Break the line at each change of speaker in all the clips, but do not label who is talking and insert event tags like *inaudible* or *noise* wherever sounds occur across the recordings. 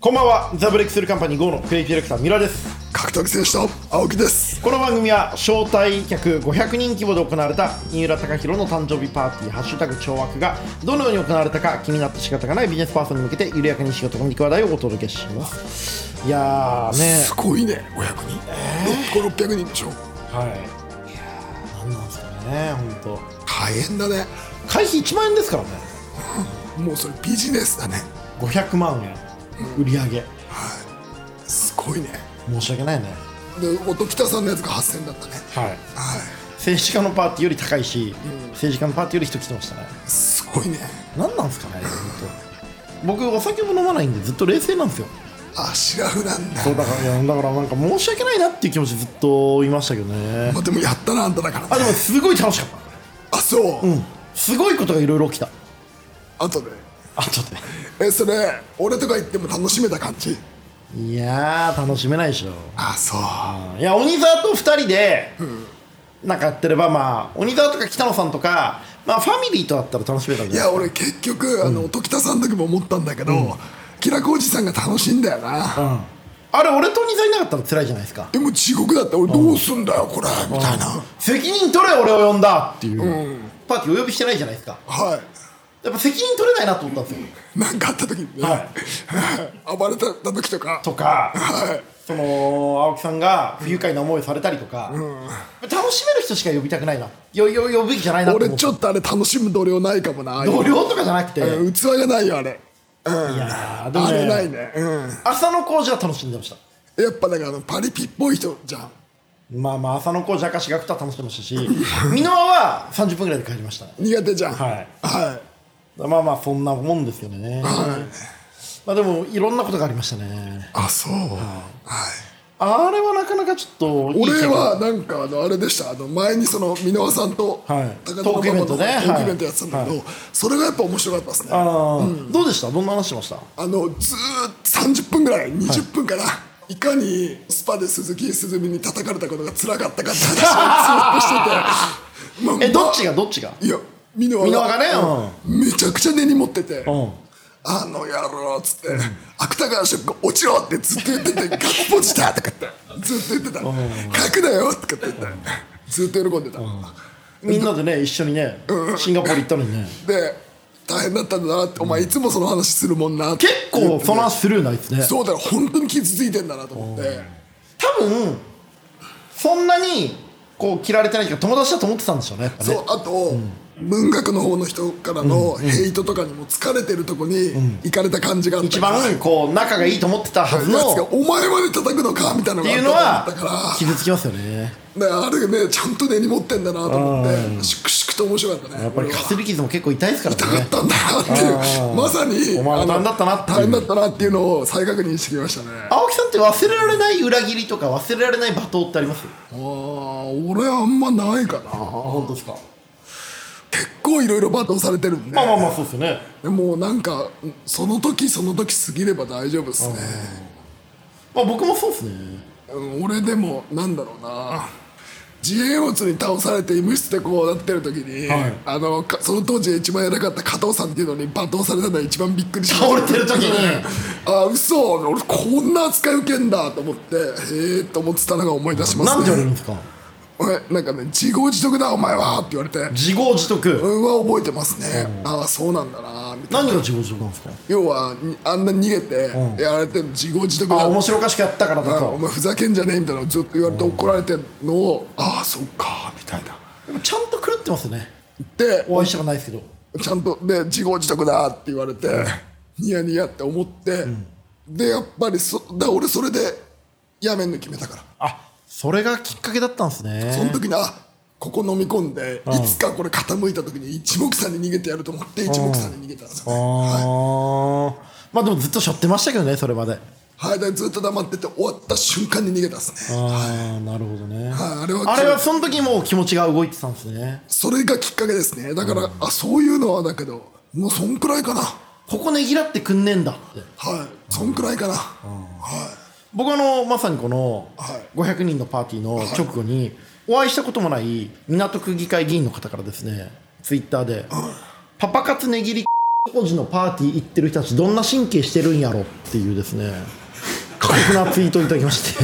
こんばんは、ザブレイクスルーカンパニー GO のクリエイティブディレクター、ミラです。
格闘技選手と青木です
この番組は、招待客500人規模で行われた、三浦貴弘の誕生日パーティー、ハッシュタグ超悪が、どのように行われたか、気になって仕方がないビジネスパーソンに向けて、緩やかに仕事の肉話題をお届けします。いやーね
す、ごいね500人、えー、500600人でしょ
はい。いやー、なんなんですかね、本
大変だね
当。会費1万円ですからね、
もうそれビジネスだね
500万円、売り上げ。
すごいね
申し訳ないね。
で音北さんのやつが8000だったね
はい。
は
政治家のパーティーより高いし、政治家のパーティーより人来てましたね。
いすごいね
なんなんですかね本当僕お酒も飲まないんでずっと冷静なんですよ
あシラフなんだ
そうだからいやだからなんか申し訳ないなっていう気持ちずっといましたけどね
まあ、でもやったなあんただから、ね、
あでもすごい楽しかっ
あそう、
たすごいことがいろいろ起きた
あとで
あちょっとね
えそれ俺とか行っても楽しめた感じ
いやー楽しめないでしょ
あそう
いや鬼沢と2人でなんかやってればまあ鬼沢とか北野さんとかまあファミリーとだったら楽しめたん
い
じゃない
や俺結局、あの音北さんの時も思ったんだけど、キラコおじさんが楽しいんだよな、
うんあれ俺と鬼沢いなかったら辛いじゃないですか
でも地獄だって俺どうすんだよこれ、みたいな、
責任取れ俺を呼んだっていう、パーティーお呼びしてないじゃないですか
は
やっぱ責任取れないなと思ったんですよ
い。なんかあった時にね、
は
暴れた時とか、
とか、
はい
その青木さんが不愉快な思いをされたりとか、楽しめる人しか呼びたくないなよよ呼ぶべきじゃないなと
俺
思って
ちょっとあれ楽しむ同僚ないかもな。ああいう
同僚とかじゃなくて、
うん器がないよあれ。うん。
いやーでも
あれない
ね
ね。う
朝の工事は楽しんでました
ん。やっぱだからあのパリピっぽい人じゃん。
まあまあ朝の工事明石学徒は楽しんでましたし *laughs* 箕輪は30分ぐらいで帰りましたね
苦手じゃん。
はい
は
まあまあそんなもんですよね、まあでもいろんなことがありましたね
あそう。はい。
あれはなかなかちょっといい経
俺
験
はなんかあのあれでしたあの前にその箕輪さんと
はい
高田
トークイベントね
馬場のトークイベント
はい
やってたんだけどそれがやっぱ面白かったですね
あ
あ
ーどうでしたどんな話してました
のずーっと30分ぐらい20分からいかにスパで鈴木すずみに叩かれたことが辛かったかって話をずーっとしててま
*laughs*
あ
えどっち
ま
がどっちが
あいや箕輪
箕輪がね
うんめちゃくちゃ根に持ってて
ん
あの野郎っつって芥川賞落ちろってずっと言っててガッポジだとかってずっと言ってた書くなよとかって言ってずっと喜んでた
みんなでね一緒にねシンガポール行ったのにね
で大変だったんだなってお前いつもその話するもんなって
結構その話スルーないですね
そうだよ本当に傷ついてんだなと思って
多分そんなにこう切られてないけど友達だと思ってたんでしょうねやっぱ
そ
ね
うあと文学の方の人からのヘイトとかにも疲れてるとこに行かれた感じがあった
一
から
番こう仲がいいと思ってたはずの
やつが
っ
お前まで叩くのかみたいなの
ていうの
があ
は
ったと思ったから
傷つきますよね
ね、あれねちゃんと根に持ってんだなと思ってしくしくと面白かったね
やっぱりかすり傷も結構痛いですから
痛か
ね
ったんだなっていうまさに
お前は
あの
大変だったなっていう
大変だったなっていうのを再確認してきましたねあ
青木さんって忘れられない裏切りとか忘れられない罵倒ってあります
あー俺あんまないか
あ
な
本当ですか
結構いろいろ罵倒されてるんで
まあまあまあそうですよね
でもなんかその時その時過ぎれば大丈夫ですね
まあ僕もそうですね
うん俺でもなんだろうな自衛物に倒されて医務室でこうなってる時に、
はい
あのかその当時一番偉かった加藤さんっていうのに罵倒されたのが一番びっくりしました
倒れてる時に
*laughs* あ嘘俺こんな扱い受けんだと思ってへえと思ってたのが思い出します
なん
ね
て言われるんですか
えなんかね自業自得だお前はって言われて
自業自得
うんは覚えてますねああそうなんだなみたいな
何が自業自得なんですか
要はにあんな逃げてやられてるの自業自得だ
あ面白おかしくやったからだ
あ
と
お前ふざけんじゃねえみたいなのずっと言われて怒られてるのをああそっかみたいな
でもちゃんと狂ってますよね
で
お会いしたことないですけど
ちゃんとで自業自得だって言われてニヤニヤって思って、でやっぱりそだから俺それでやめんの決めたから
あそれがきっかけだったんですね
その時にあここ飲み込んでいつかこれ傾いた時に一目散に逃げてやると思って一目散に逃げたんですよ
あ
ね、
ーまあでもずっとしょってましたけどねそれまで
はい、でずっと黙ってて終わった瞬間に逃げたんですね
ああなるほどね
はいあれは
あれはその時もう気持ちが動いてたんですね
それがきっかけですねだから、あそういうのはだけどもうそんくらいかな
ここねぎらってくんねえんだって
はいそんくらいかな、はい
僕あのまさにこの
はい
500人のパーティーの直後にお会いしたこともない港区議会議員の方からですねツイッターで「パパ活ねぎり当時のパーティー行ってる人たちどんな神経してるんやろっていうですね過酷なツイートをいただきま
*laughs*
して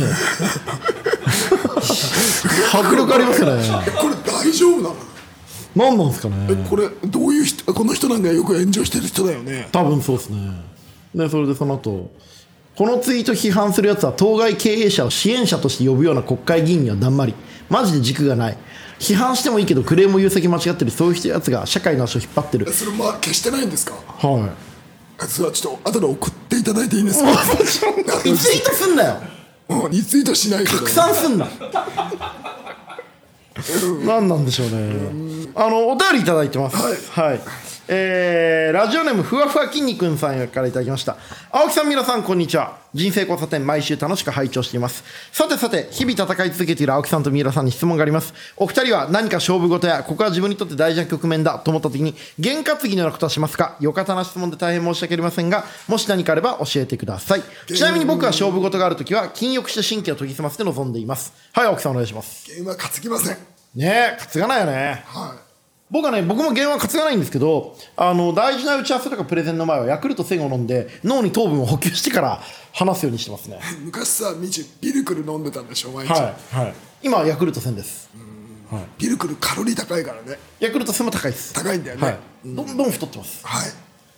迫力ありますよね
これ大丈夫なの
何なんですかね
これどういう人この人なんかよく炎上してる人だよね
多分そうですねでそれでその後このツイート批判するやつは当該経営者を支援者として呼ぶような国会議員にはだんまりマジで軸がない批判してもいいけどクレーム言う先間違ってるそういうやつが社会の足を引っ張ってる
それまあ消してないんですか
は
それはちょっと後で送っていただいていいですか
いリツイートすんなよ
もうリツイートしないけど
拡散すんな何なんでしょうねあのお便りいただいてますはい、えーラジオネームふわふわきんに君さんからいただきました青木さん皆さんこんにちは人生交差点毎週楽しく拝聴していますさてさて日々戦い続けている青木さんと三浦さんに質問がありますお二人は何か勝負事やここは自分にとって大事な局面だと思った時に験担ぎのようなことはしますかよかたな質問で大変申し訳ありませんがもし何かあれば教えてくださいちなみに僕は勝負事がある時は禁欲して神経を研ぎ澄ませて臨んでいますはい青木さんお願いします
ゲームは担ぎません
ねえ担がないよね
は
僕はね僕も原は担がないんですけどあの大事な打ち合わせとかプレゼンの前はヤクルト1000を飲んで脳に糖分を補給してから話すようにしてますね
い昔さみちピルクル飲んでたんでしょ毎日、
はい、はい、今はヤクルト1000です
ピルクルカロリー高いからね
ヤクルト1000も高いです
高いんだよね
はい、どんどん太ってます
はい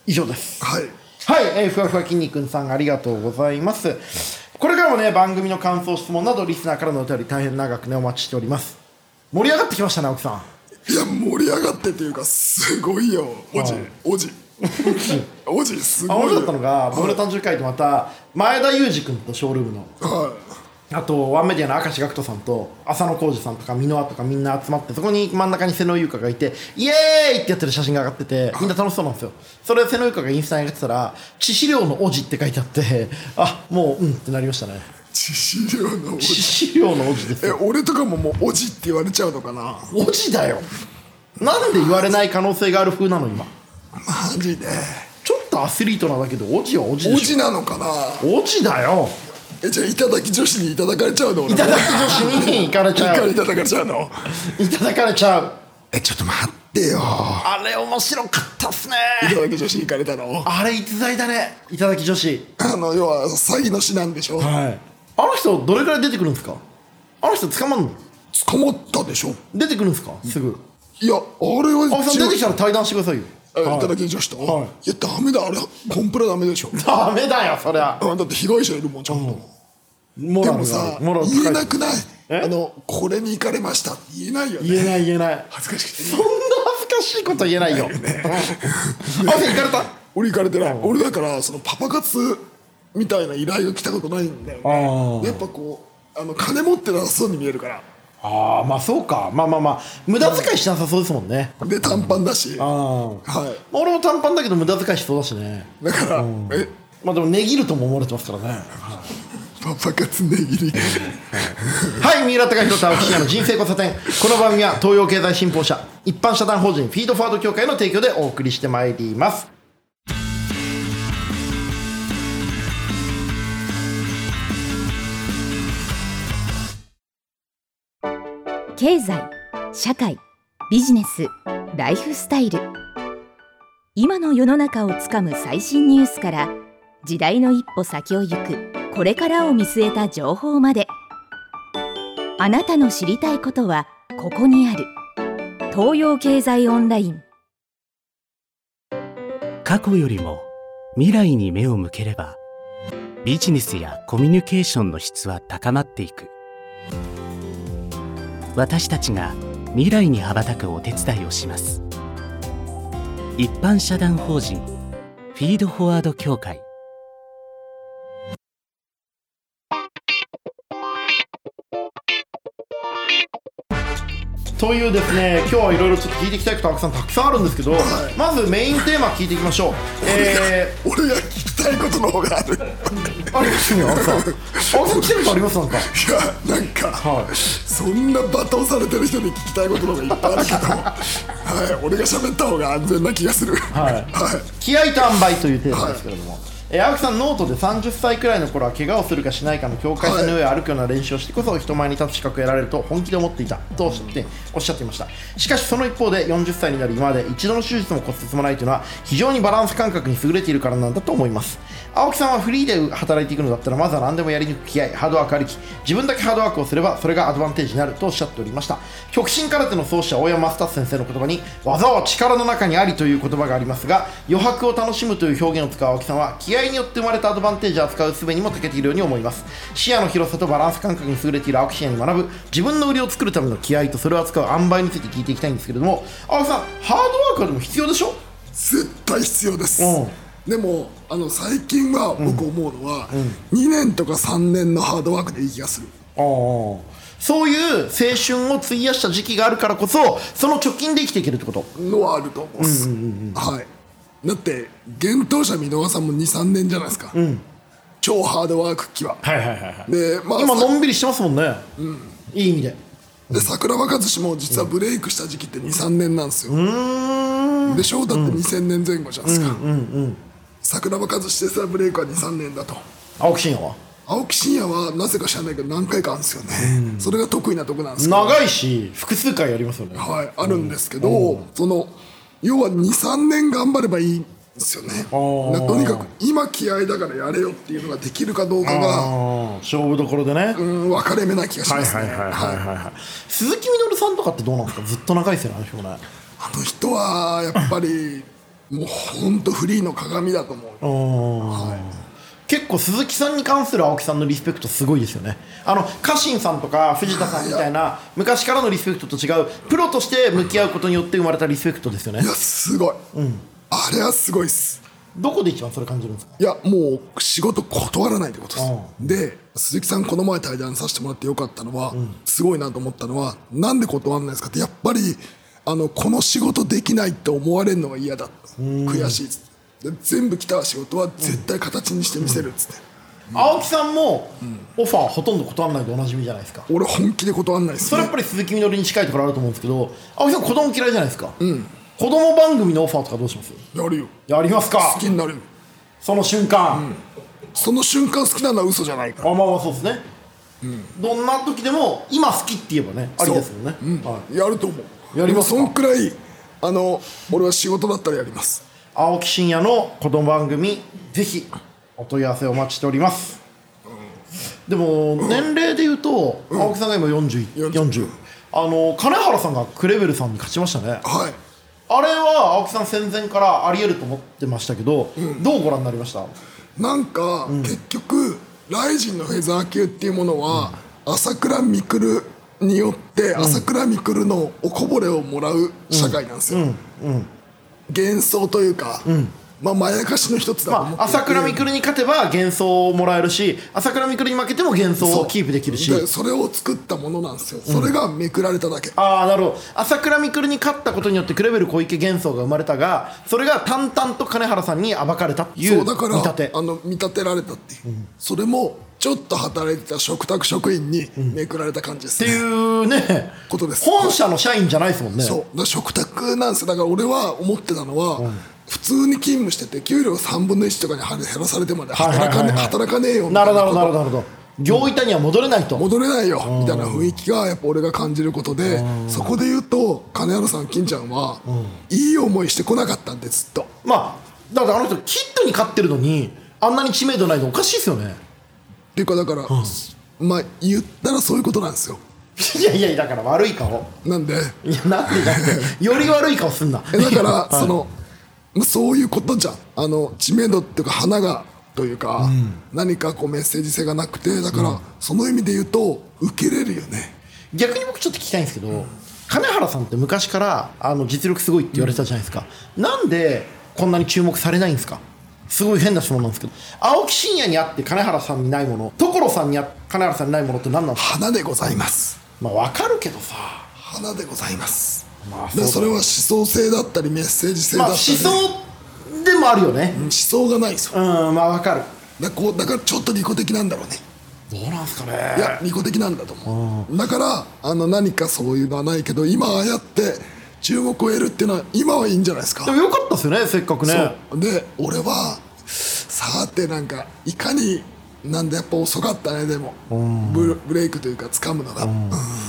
以上です
はい
はい、えーふわふわきんに君さんありがとうございますこれからもね番組の感想質問などリスナーからのお便り大変長くねお待ちしております盛り上がってきましたね青木さん
いや盛り上がってっていうかすごいよおじ、おじおじす
あ
ご
面
い
白
よ
かったのが僕の誕生日会でまた前田裕二君とショールームの
は
あとワンメディアの明石学徒さんと浅野浩二さんとか箕輪とかみんな集まってそこに真ん中に瀬野優香がいてイエーイってやってる写真が上がっててみんな楽しそうなんですよそれで瀬野優香がインスタに上げてたら「致死量のおじ」って書いてあってあもううんってなりましたね
い致死量のお
致
じ
死量のおじです
え
よ
俺とかももうおじって言われちゃうのかな
おじだよなんで言われない可能性がある風なの今
マジで
ちょっとアスリートなだけどおじはおじ
お
でし
じなのかな
ょおじだよ
えじゃあいただき女子にいただかれちゃうの俺
いただき女子に行かれちゃ
か
う
いただかれちゃうの
いただかれちゃう
えちょっと待ってよ
あれ面白かったっすね
いただき女子に行かれたの
あれ逸材だねいただき女子
あの要は詐欺の師なんでしょ
はいあの人どれくらい出てくるんですかあの人捕まんの
捕まったでしょ
出てくるんですかすぐ
いやあれは
青木さん出てき
違う
たら対談してくださいよ
えいただき女子と、
はい
い、やダメだあれコンプラダメでしょ
ダメだよそりゃ
あだって被害者いるもんちゃんと、
モ
で
ラル
も
が
さ
あるモラル
言え
高
ないくない
え
あのこれに行かれましたって言えないよね
言えない言えない
恥ずかしくて
そんな恥ずかしいこと言えないようん青木さん行かれた
俺行かれてない、俺だからそのパパ活みたいな依頼が来たことないんだよ
あ
ねやっぱこうあの金持ってなさそうに見えるから
ああまあそうかまあまあまあ無駄遣いしなさそうですもんね
で短パンだし、
あ
は
あ俺も短パンだけど無駄遣いしそうだしね
いだから、え
まあでも値切るとも思われてますからね
パパ活ね
*laughs*
ぎり
はい、三浦貴弘と青木真也の人生交差点。この番組は東洋経済新報社、一般社団法人フィードフォワード協会の提供でお送りしてまいります。
経済社会ビジネスライフスタイル今の世の中をつかむ最新ニュースから時代の一歩先を行くこれからを見据えた情報まであなたの知りたいことはここにある東洋経済オンライン
過去よりも未来に目を向ければビジネスやコミュニケーションの質は高まっていく私たちが未来に羽ばたくお手伝いをします一般社団法人フィードフォワード協会
というですね、今日はいろいろちょっと聞いていきたいこと、青木さんたくさんあるんですけど、まずメインテーマ聞いていきましょう。え
俺が聞きたいことの方があるいや
ー、ありますよ、青木さん。青木さん来てることありますなんか。
なんか、
はい
そんな罵倒されてる人に聞きたいことの方がいっぱいあるけ
*laughs*
どはい俺が喋った方が安全な気がする
はい
はい
気合と塩梅というテーマですけれども、えー青木さんノートで30歳くらいの頃は怪我をするかしないかの境界線の上を歩くような練習をしてこそ人前に立つ資格を得られると本気で思っていたとおっしゃっておっしゃっていましたしかしその一方で40歳になる今まで一度の手術も骨折もないというのは非常にバランス感覚に優れているからなんだと思います青木さんはフリーで働いていくのだったらまずは何でもやり抜く気合ハードワークありき自分だけハードワークをすればそれがアドバンテージになるとおっしゃっておりました極真空手の創始者大山スタ先生の言葉に技は力の中にありという言葉がありますが余白を楽しむという表現を使う青木さんは気合によって生まれたアドバンテージを扱う術にも長けているように思います視野の広さとバランス感覚に優れている青木真也に学ぶ自分の売りを作るための気合とそれを扱う塩梅について聞いていきたいんですけれども青木さんハードワークはでも必要でしょ
絶対必要です
うん
でもあの最近は僕思うのは、2年とか3年のハードワークでいい気がする
ああそういう青春を費やした時期があるからこそその貯金で生きていけるってこと
のはあると思うんです、はいだって厳冬者箕輪さんも23年じゃないですか、超ハードワーク期は、
はいはいはいはい
でまあ
今のんびりしてますもんね、いい意味で
で桜庭和志も実はブレイクした時期って23年なんですよ、でしょだって2000年前後じゃないですか、桜庭和志でさえブレイクは23年だと
青木真也は
青木真也はなぜか知らないけど何回かあるんですよね、それが得意なとこなんですけど
長いし複数回やりますよね
はい、あるんですけど、その要は23年頑張ればいいんですよね
ー
なとにかく今気合だからやれよっていうのができるかどうかが、
ああ勝負どころでね、
うん、分かれ目な気がし
はい
ます
は
ね
いはいはい
はい
はいはい鈴木みのるさんとかってどうなんですかずっと長いですよねあの人もね
あの人はやっぱりもうほんとフリーの鏡だと思う
結構鈴木さんに関する青木さんのリスペクトすごいですよねあの家臣さんとか藤田さんみたいな昔からのリスペクトと違うプロとして向き合うことによって生まれたリスペクトですよね
いやすごい、あれはすごいっす
どこで一番それ感じるんですか
いやもう仕事断らないってことです、で鈴木さんこの前対談させてもらってよかったのは、すごいなと思ったのはなんで断らないんですかってやっぱりあのこの仕事できないって思われるのが嫌だ悔しいっつってで全部来た仕事は絶対形にしてみせるっつって、
青木さんもオファーほとんど断らないでおなじみじゃないですか
俺本気で断らないっす
それやっ
ね
ぱり鈴木みのりに近いところあると思うんですけど青木さん子供嫌いじゃないですか、子供番組のオファーとかどうします
やるよ
やりますか
好きになるよ
その瞬間、
その瞬間好きなのは嘘じゃないから
あまあまあそうですね、どんな時でも今好きって言えばねありですもんね、はい、
やると思う
やりますか
でもそんくらいあの俺は仕事だったらやります
青木真也の子供番組ぜひお問い合わせお待ちしております、でも年齢で言うと、青木さんが今4040
40
あの金原さんがクレベルさんに勝ちましたね
はい
あれは青木さん戦前からありえると思ってましたけど、どうご覧になりましたあ
なんか、結局ライジンのフェザー級っていうものは、朝倉未来によって朝倉未来のおこぼれをもらう社会なんですよ、幻想というか、まあまやかしの一つだと思っていて
朝倉未来に勝てば幻想をもらえるし朝倉未来に負けても幻想をキープできるし
でそれを作ったものなんですよ、それがめくられただけ
ああなるほど朝倉未来に勝ったことによってクレベル小池幻想が生まれたがそれが淡々と金原さんに暴かれたっていう
そ
見
うだから
立て
あの見立てられたっていう、それもちょっと働いてた嘱託職員にめくられた感じです
っ
ね、
ていうね
ことです
本社の社員じゃないですもんね
そうだから食卓なんですよだから俺は思ってたのは、普通に勤務してて給料3分の1とかには減らされてまで
はいはい
働か
はい
ね
はい
働かねえよみた
ないるほ
な
ど
こ
なるほ
と
どなるほど業板には戻れないと
戻れないよみたいな雰囲気がやっぱ俺が感じることでそこで言うと金原さん金ちゃんは、いい思いしてこなかったんでずっと
まあだからあの人キッドに勝ってるのにあんなに知名度ないのおかしいですよね
*laughs* っていうかだから、まあ言ったらそういうことなんですよ
いやいやだから悪い顔
なんで
いやなんでだってより悪い顔すんな
え
*laughs*
だから、そのまあそういうことじゃんあの知名度っていうか花がというか、何かこうメッセージ性がなくてだから、その意味で言うと受けれるよね
逆に僕ちょっと聞きたいんですけど、金原さんって昔からあの実力すごいって言われてたじゃないですか、なんでこんなに注目されないんですかすごい変な質問なんですけど青木真也にあって金原さんにないもの所さんにあって金原さんにないものって何なんですか
花でございます
まあ分かるけどさ
花でございます、
まあ
でそれは思想性だったりメッセージ性だ
まあ
った
思
り、
想でもあるよね
思想がないんです
う
よ
んまあ分かる
だこうだからちょっと利己的なんだろうね
どうなんすか
い
ね
や利己的なんだと思うだからあの何かそういうのはないけど今ああやって注目を得るっていうのは今はいいんじゃないですか
でもよかったですよねせっかくね
そうで俺はさてなんかいかになんだやっぱ遅かったねでも
ん
ブブレイクというか掴むのが、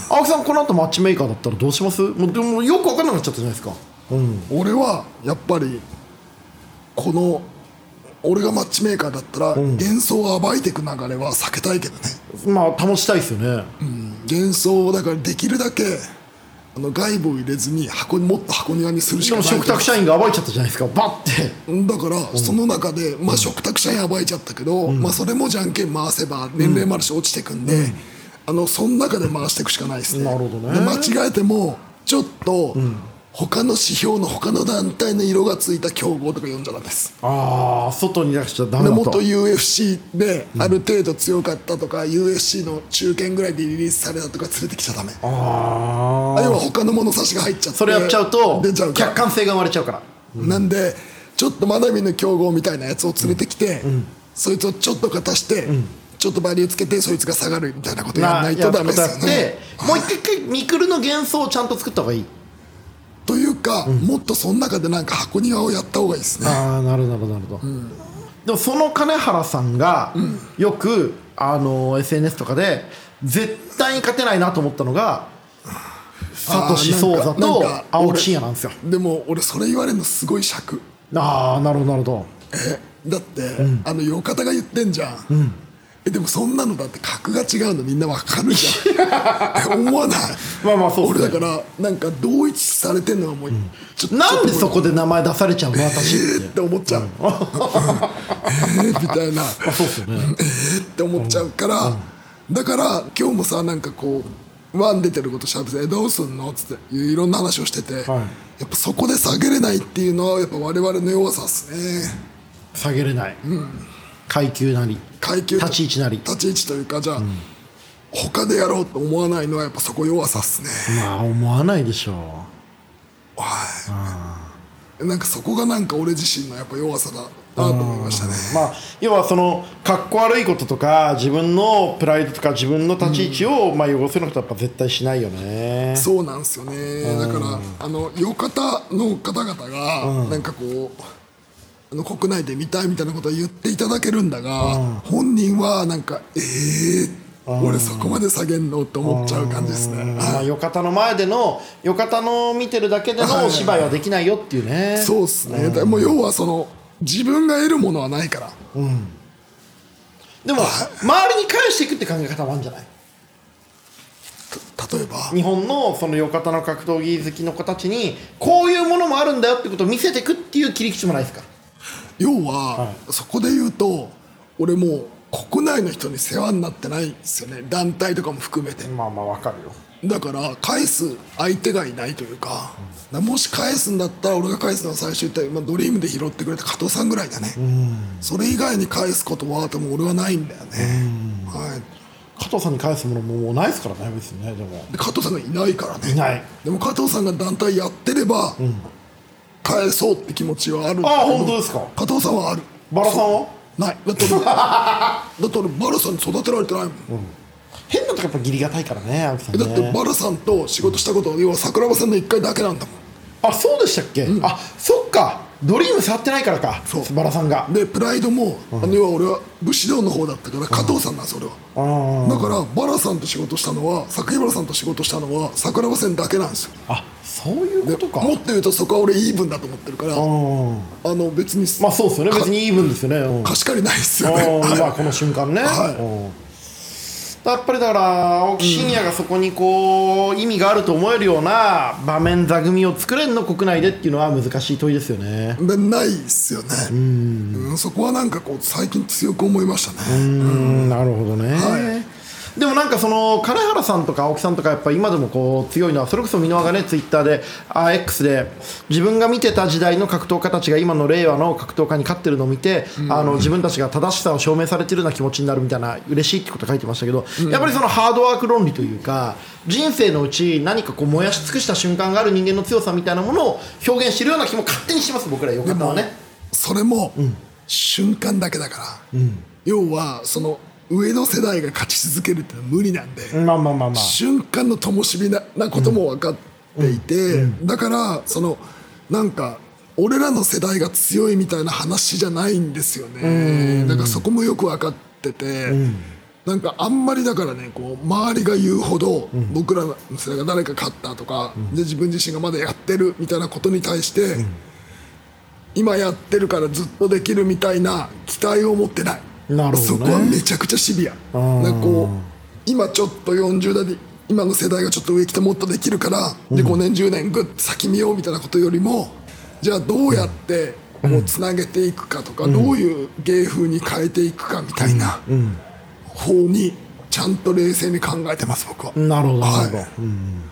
青木さんこの後マッチメーカーだったらどうしますもうでもよく分かんなくなっちゃったじゃないですかうん
俺はやっぱりこの俺がマッチメーカーだったら、幻想を暴いていく流れは避けたいけどね、
まあ保ちたいですよね、
うん幻想をだからできるだけあの外部を入れずに箱にもっと箱庭にする
で
しか
も
ないけど
食卓社員が暴いちゃったじゃないですかバッて
だからその中で、まあ、食卓社員暴いちゃったけど、まあ、それもじゃんけん回せば年齢もあるし落ちてくんで、あのその中で回していくしかないですね
なるほどね
で間違えてもちょっと、他の指標の他の団体の色がついた競合とか呼んじゃダメです
ああ外に出しちゃダメ
で
だ
元
と
UFC である程度強かったとか、UFC の中堅ぐらいでリリースされたとか連れてきちゃダメあ
ああ
要は他の物差しが入っちゃって
それやっちゃうと
出ちゃうから
客観性が生まれちゃうから
なんでちょっとまだ見ぬ競合みたいなやつを連れてきて、そいつをちょっと勝たして、ちょっとバリューつけてそいつが下がるみたいなことやらないとダメですよ
や
ね
る。ことやってもう一回ミクルの幻想をちゃんと作った方がいい
というか、もっとその中でなんか箱庭をやった方がいいですね。
ああなるほどなるほどなるほど、でもその金原さんがよく、あの SNS とかで絶対に勝てないなと思ったのが
あ
サ
ー
トシソウザ
なんか
と
なんか
青木真也なんですよ
でも俺それ言われるのすごい尺。
ああなるほどなるほど
えだって、あのよ方が言ってんじゃん、えでもそんなのだって格が違うのみんなわかるじゃんえ思わない
まあまあそうっすね
俺だからなんか同一視されてんのはもう、ちょっと
なんでそこ
で
で名前出されちゃうの私
えーって思っちゃう、え *laughs* ーみたいな
そうっすよね
えーって思っちゃうから、だから今日もさなんかこうワン出てることしゃべってえ「どうすんの?」っつっていろんな話をしてて、
はい
やっぱそこで下げれないっていうのはやっぱ我々の弱さっすね
下げれない、階級なり
階級
立ち位置なり
立ち位置というかじゃあ、他でやろうと思わないのはやっぱそこ弱さっすね
まあ思わないでしょう
はいなんかそこがなんか俺自身のやっぱ弱さだなと思いましたね
まあ、要はそのかっこ悪いこととか自分のプライドとか自分の立ち位置を、まあ汚せることはやっぱ絶対しないよね
そうなんですよねだからあのよ方の方々がなんかこうあの国内で見たいみたいなことは言っていただけるんだが本人はなんかええー、俺そこまで下げんのって思っちゃう感じですねはい
まあ、よかたの前でのよかたの見てるだけでのお芝居はできないよっていうね
そうっすね、だからもう要はその自分が得るものはないから
でも周りに返していくって考え方もあるんじゃない
例えば
日本のそのよかたの格闘技好きの子たちにこういうものもあるんだよってことを見せていくっていう切り口もないですか
要は、そこで言うと俺もう国内の人に世話になってないんですよね団体とかも含めて
まあまあわかるよ
だから返す相手がいないというか、だからもし返すんだったら俺が返すのは最終的に、まあ、ドリームで拾ってくれた加藤さんぐらいだね、それ以外に返すことは多分俺はないんだよね、はい、
加藤さんに返すものももうないですからね別にねでも
で加藤さんがいないからね
いない
でも加藤さんが団体やってれば、返そうって気持ちはあるんだ
ああ
けど
本当ですか
加藤さんはある
バラさんは
ないだって
*laughs*
俺だって俺バルさんに育てられてないもん、
変なとこやっぱ義理がたいからね青木さん
だ
ね
ってバルさんと仕事したことは要は桜庭さんの1回だけなんだもん
あそうでしたっけ、あそっかドリーム触ってないからか
そう
バラさんが
でプライドも、あの要は俺は武士道の方だったから加藤さんなんそれは、だからバラさんと仕事したのは榊原さんと仕事したのは桜庭さんだけなんですよ
あそういう
で
ことか
もっと言うとそこは俺イーブンだと思ってるからあの別に
まあそうですよね別にイーブンですよね、うん、
貸し借りないですよね
あーまあ
は
この瞬間ね、
はい
うんやっぱりだから青木真也がそこにこう意味があると思えるような場面座組を作れんの国内でっていうのは難しい問いですよね
いでないですよねうんそこはなんかこう最近強く思いましたね
うんなるほどね、
は
でもなんかその金原さんとか青木さんとかやっぱ今でもこう強いのはそれこそ箕輪がねツイッターであ X で自分が見てた時代の格闘家たちが今の令和の格闘家に勝ってるのを見て、あの自分たちが正しさを証明されてるような気持ちになるみたいな嬉しいってこと書いてましたけど、やっぱりそのハードワーク論理というか人生のうち何かこう燃やし尽くした瞬間がある人間の強さみたいなものを表現してるような気も勝手にします僕らよかったはね。
それも瞬間だけだから、要はその上の世代が勝ち続けるってのは無理なんで、
まあまあまあまあ
瞬間の灯火ななことも分かっていて、だからそのなんか俺らの世代が強いみたいな話じゃないんですよねだからそこもよく分かってて、なんかあんまりだからねこう周りが言うほど僕らの世代が誰か勝ったとか、で自分自身がまだやってるみたいなことに対して、今やってるからずっとできるみたいな期待を持ってない
なるほどね
そこはめちゃくちゃシビアなんかこう今ちょっと40代で今の世代がちょっと上来てもっとできるから、で5年10年ぐっと先見ようみたいなことよりもじゃあどうやってもうつなげていくかとか、どういう芸風に変えていくかみたいな方にちゃんと冷静に考えてます僕は。
なるほど、なるほど。
はい
うん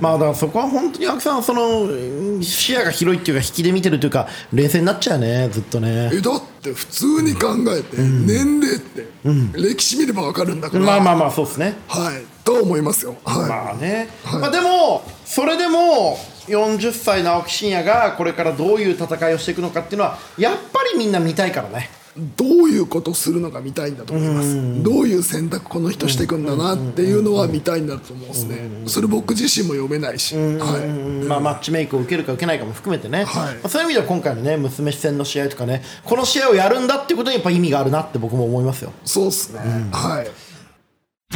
まあだからそこは本当に青木さんその視野が広いっていうか引きで見てるというか冷静になっちゃうねずっとね
えだって普通に考えて、年齢って、歴史見れば分かるんだから、
まあまあまあそうですね
はいと思いますよ、はい
まあね、
はい
まあでもそれでも40歳の青木真也がこれからどういう戦いをしていくのかっていうのはやっぱりみんな見たいからね
どういうことをするのか見たいんだと思いますどういう選択この人していくんだなっていうのは見たいんだと思うんですねそれ僕自身も読めないし、は
まあ、マッチメイクを受けるか受けないかも含めてね、
はい
まあそういう意味では今回のね娘視線の試合とかねこの試合をやるんだっていうことにやっぱ意味があるなって僕も思いますよ
い、そうですね、はい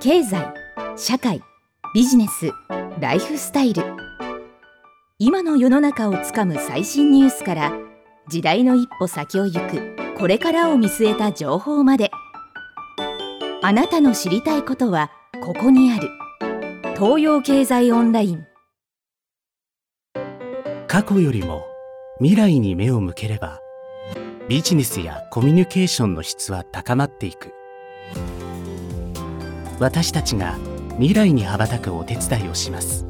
経済社会ビジネスライフスタイル今の世の中をつかむ最新ニュースから時代の一歩先を行くこれからを見据えた情報まであなたの知りたいことはここにある東洋経済オンライン
過去よりも未来に目を向ければビジネスやコミュニケーションの質は高まっていく私たちが未来に羽ばたくお手伝いをします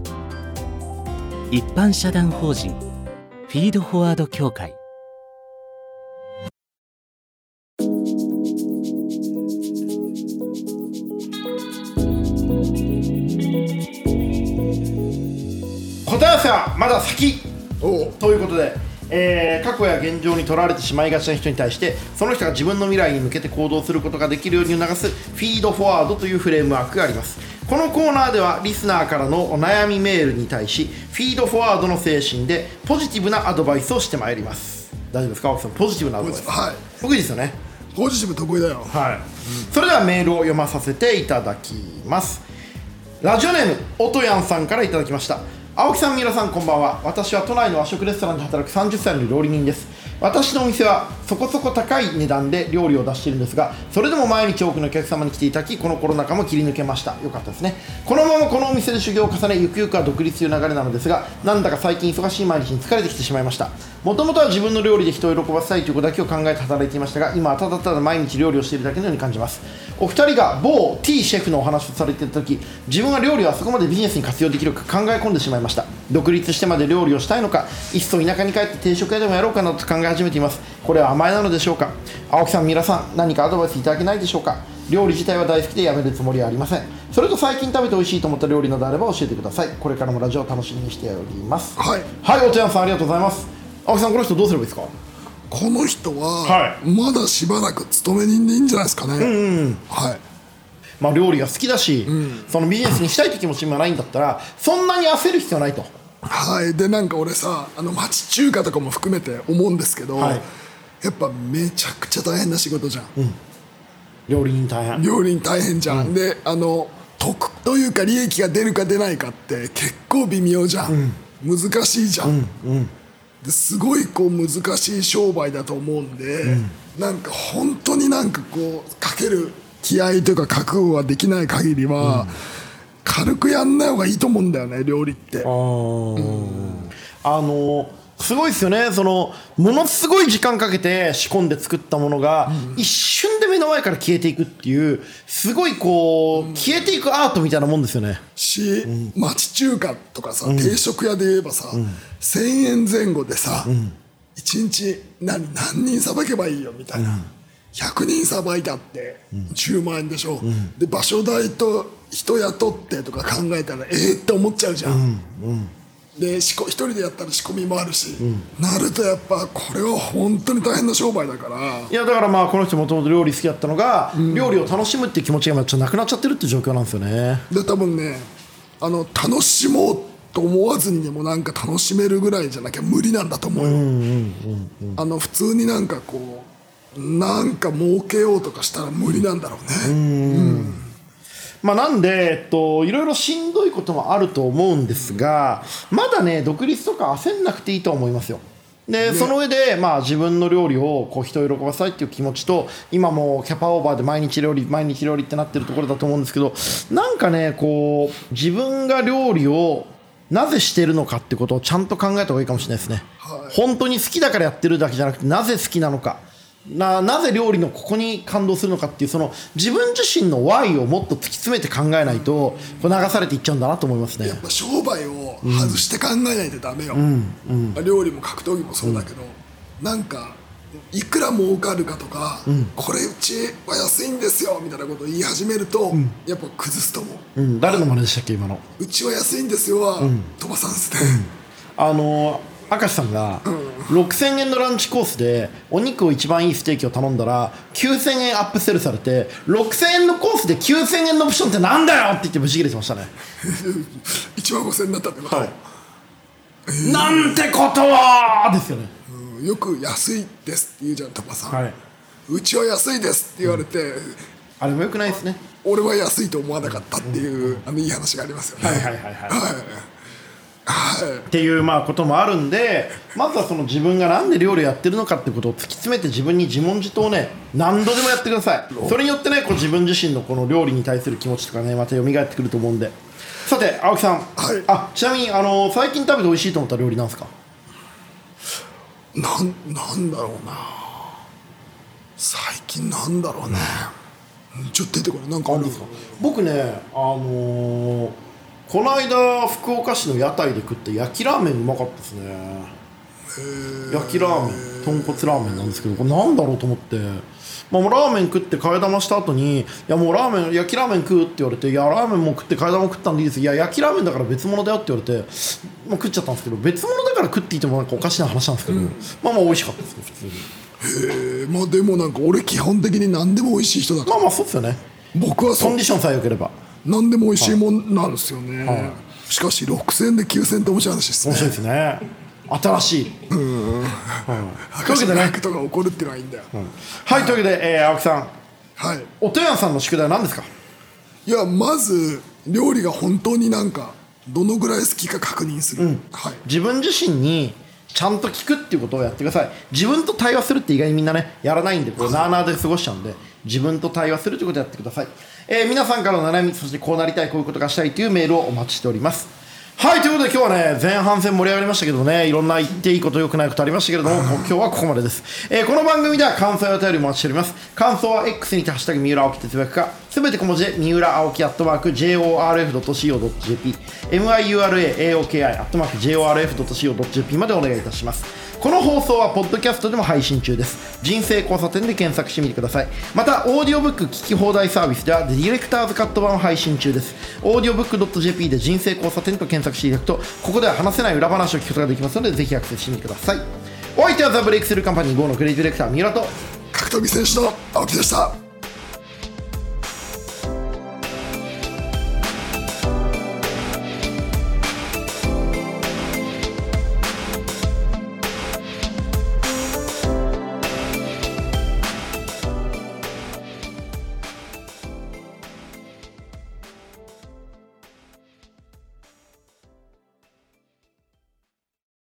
一般社団法人フィードフォワード協会
答え合わせはまだ先
おう
ということで、えー過去や現状にとらわれてしまいがちな人に対してその人が自分の未来に向けて行動することができるように促すフィードフォワードというフレームワークがありますこのコーナーではリスナーからのお悩みメールに対しフィードフォワードの精神でポジティブなアドバイスをしてまいります大丈夫ですか青木さんポジティブなアドバイス
はい
僕ですよね
ポジティブ得意だよ
はい、それではメールを読まさせていただきますラジオネームおとやんさんからいただきました青木さん皆さんこんばんは私は都内の和食レストランで働く30歳の料理人です私のお店はそこそこ高い値段で料理を出しているんですがそれでも毎日多くのお客様に来ていただきこのコロナ禍も切り抜けましたよかったですねこのままこのお店で修行を重ねゆくゆくは独立という流れなのですがなんだか最近忙しい毎日に疲れてきてしまいましたもともとは自分の料理で人を喜ばせたいということだけを考えて働いていましたが今はただただ毎日料理をしているだけのように感じますお二人が某 T シェフのお話をされていた時自分は料理をあそこまでビジネスに活用できるか考え込んでしまいました独立してまで料理をしたいのかいっそ田舎に帰って定食屋でもやろうかなと考え始めていますこれは甘えなのでしょうか青木さん皆さん何かアドバイスいただけないでしょうか料理自体は大好きでやめるつもりはありませんそれと最近食べて美味しいと思った料理などあれば教えてくださいこれからもラジオを楽しみにしております
はい
はいお茶屋さんありがとうございます青木さんこの人どうすればいいですか
この人は
は
まだしばらく勤め人でいいんじゃないですかね、はい
まあ、料理が好きだし、そのビジネスにしたいという気持ちもないんだったらそんなに焦る必要ないと
はい、でなんか俺さあの町中華とかも含めて思うんですけど、
はい
やっぱめちゃくちゃ大変な仕事じゃん、
料理人大変
料理に大変じゃん、であの得というか利益が出るか出ないかって結構微妙じゃん、難しいじゃん、ですごいこう難しい商売だと思うんで、なんか本当になんかこうかける気合というか覚悟ができない限りは、軽くやんない方がいいと思うんだよね料理って
あのすごいですよねそのものすごい時間かけて仕込んで作ったものが、一瞬で目の前から消えていくっていうすごいこう、消えていくアートみたいなもんですよね
し、町中華とかさ、定食屋で言えばさ、1,000円前後でさ、一日何何人さばけばいいよみたいな、100人さばいたって10万円でしょ、で場所代と人雇ってとか考えたらええって思っちゃうじゃん、で仕込一人でやったら仕込みもあるし、なるとやっぱこれは本当に大変な商売だから
いやだからまあこの人もともと料理好きだったのが、料理を楽しむっていう気持ちが今ちょっとなくなっちゃってるって状況なんですよね
で多分ねあの楽しもうと思わずにでもなんか楽しめるぐらいじゃなきゃ無理なんだと思うよ、あの普通になんかこうなんか儲けようとかしたら無理なんだろうね、
まあ、なんで、えっと、いろいろしんどいこともあると思うんですが、まだね、独立とか焦んなくていいと思いますよ。で、その上で、まあ、自分の料理をこう人を喜ばせたいっていう気持ちと、今もうキャパオーバーで毎日料理、毎日料理ってなってるところだと思うんですけど、なんかね、こう、自分が料理をなぜしてるのかってことをちゃんと考えた方がいいかもしれないですね。本当に好きだからやってるだけじゃなくて、なぜ好きなのか。ななぜ料理のここに感動するのかっていうその自分自身の Y をもっと突き詰めて考えないとこう流されていっちゃうんだなと思いますね
やっぱ商売を外して考えないとダメよ、まあ料理も格闘技もそうだけど、なんかいくら儲かるかとか、これうちは安いんですよみたいなことを言い始めると、やっぱ崩すと思う、
うん、誰の真似でしたっけ今の
うちは安いんですよは飛ばさんですね、 *laughs*
あのー明石さんが6000円のランチコースでお肉を一番いいステーキを頼んだら9000円アップセルされて6000円のコースで9000円のオプションってなんだよって言ってブチ切れてましたね
1万5000円になったってこと、
なんてことはですよね
うんよく安いですって言うじゃん飛ばさん、
はいう
ちは安いですって言われて、
あれもよくないですね
俺は安いと思わなかったっていう、あのいい話がありますよね
はいはいはいはい
はい、はい
っていうまあこともあるんでまずはその自分がなんで料理やってるのかってことを突き詰めて自分に自問自答をね何度でもやってくださいそれによってねこう自分自身のこの料理に対する気持ちとかねまた蘇ってくると思うんでさて青木さん、
い
あちなみにあの最近食べて美味しいと思った料理なんですか
なんなんだろうな最近なんだろうねちょっと出てこないなんかあるんですか
僕ねあのーこの間福岡市の屋台で食った焼きラーメンうまかったですね焼きラーメン豚骨ラーメンなんですけどこれなんだろうと思って、まあ、もうラーメン食って替え玉した後に「いやもうラーメン焼きラーメン食う」って言われて「いやラーメンも食って替え玉食ったんでいいです」「いや焼きラーメンだから別物だよ」って言われて、まあ、食っちゃったんですけど別物だから食っていてもなんかおかしな話なんですけど、まあまあ美味しかったですね普通に
えーまあでもなんか俺基本的に何でも美味しい人だか
ま
ら
あまあそうですよね
僕は
コ
そ
ンディションさえ良ければ
何でも美味しいもんなんですよね、
はい
しかし6000円で9000円って面白い話です
面
*laughs*
白い
ね
ですね新しいというわけで
明石の
ね
*laughs* ラクトが起こるっていうのはいいんだよ、
はい、というわけで、えー青木さん、
はい
おとやさんの宿題は何ですか
いやまず料理が本当になんかどのぐらい好きか確認する、はい
自分自身にちゃんと聞くっていうことをやってください。自分と対話するって意外にみんなね、やらないんで、こう、なあなあで過ごしちゃうんで、自分と対話するということをやってください。えー皆さんからの悩み、そしてこうなりたい、こういうことがしたいというメールをお待ちしております。はい、ということで今日はね、前半戦盛り上がりましたけどね、いろんな言っていいこと、良くないことありましたけれども、こ今日はここまでです。えーこの番組では感想やお便りもお待ちしております。感想は X にて、ハッシュタグ、三浦青木哲学か、すべて小文字で、三浦青木アットマーク、jorf.co.jp、miuraaoki アットマーク、jorf.co.jp までお願いいたします。この放送は、ポッドキャストでも配信中です。人生交差点で検索してみてください。また、オーディオブック聞き放題サービスでは、ディレクターズカット版を配信中です。オーディオブック .jp で人生交差点と検索していただくと、ここでは話せない裏話を聞くことができますので、ぜひアクセスしてみてください。お相手はザ・ブレイクスルーカンパニー GO のクレイジーディレクター、三浦と、
格闘技選手の青木でした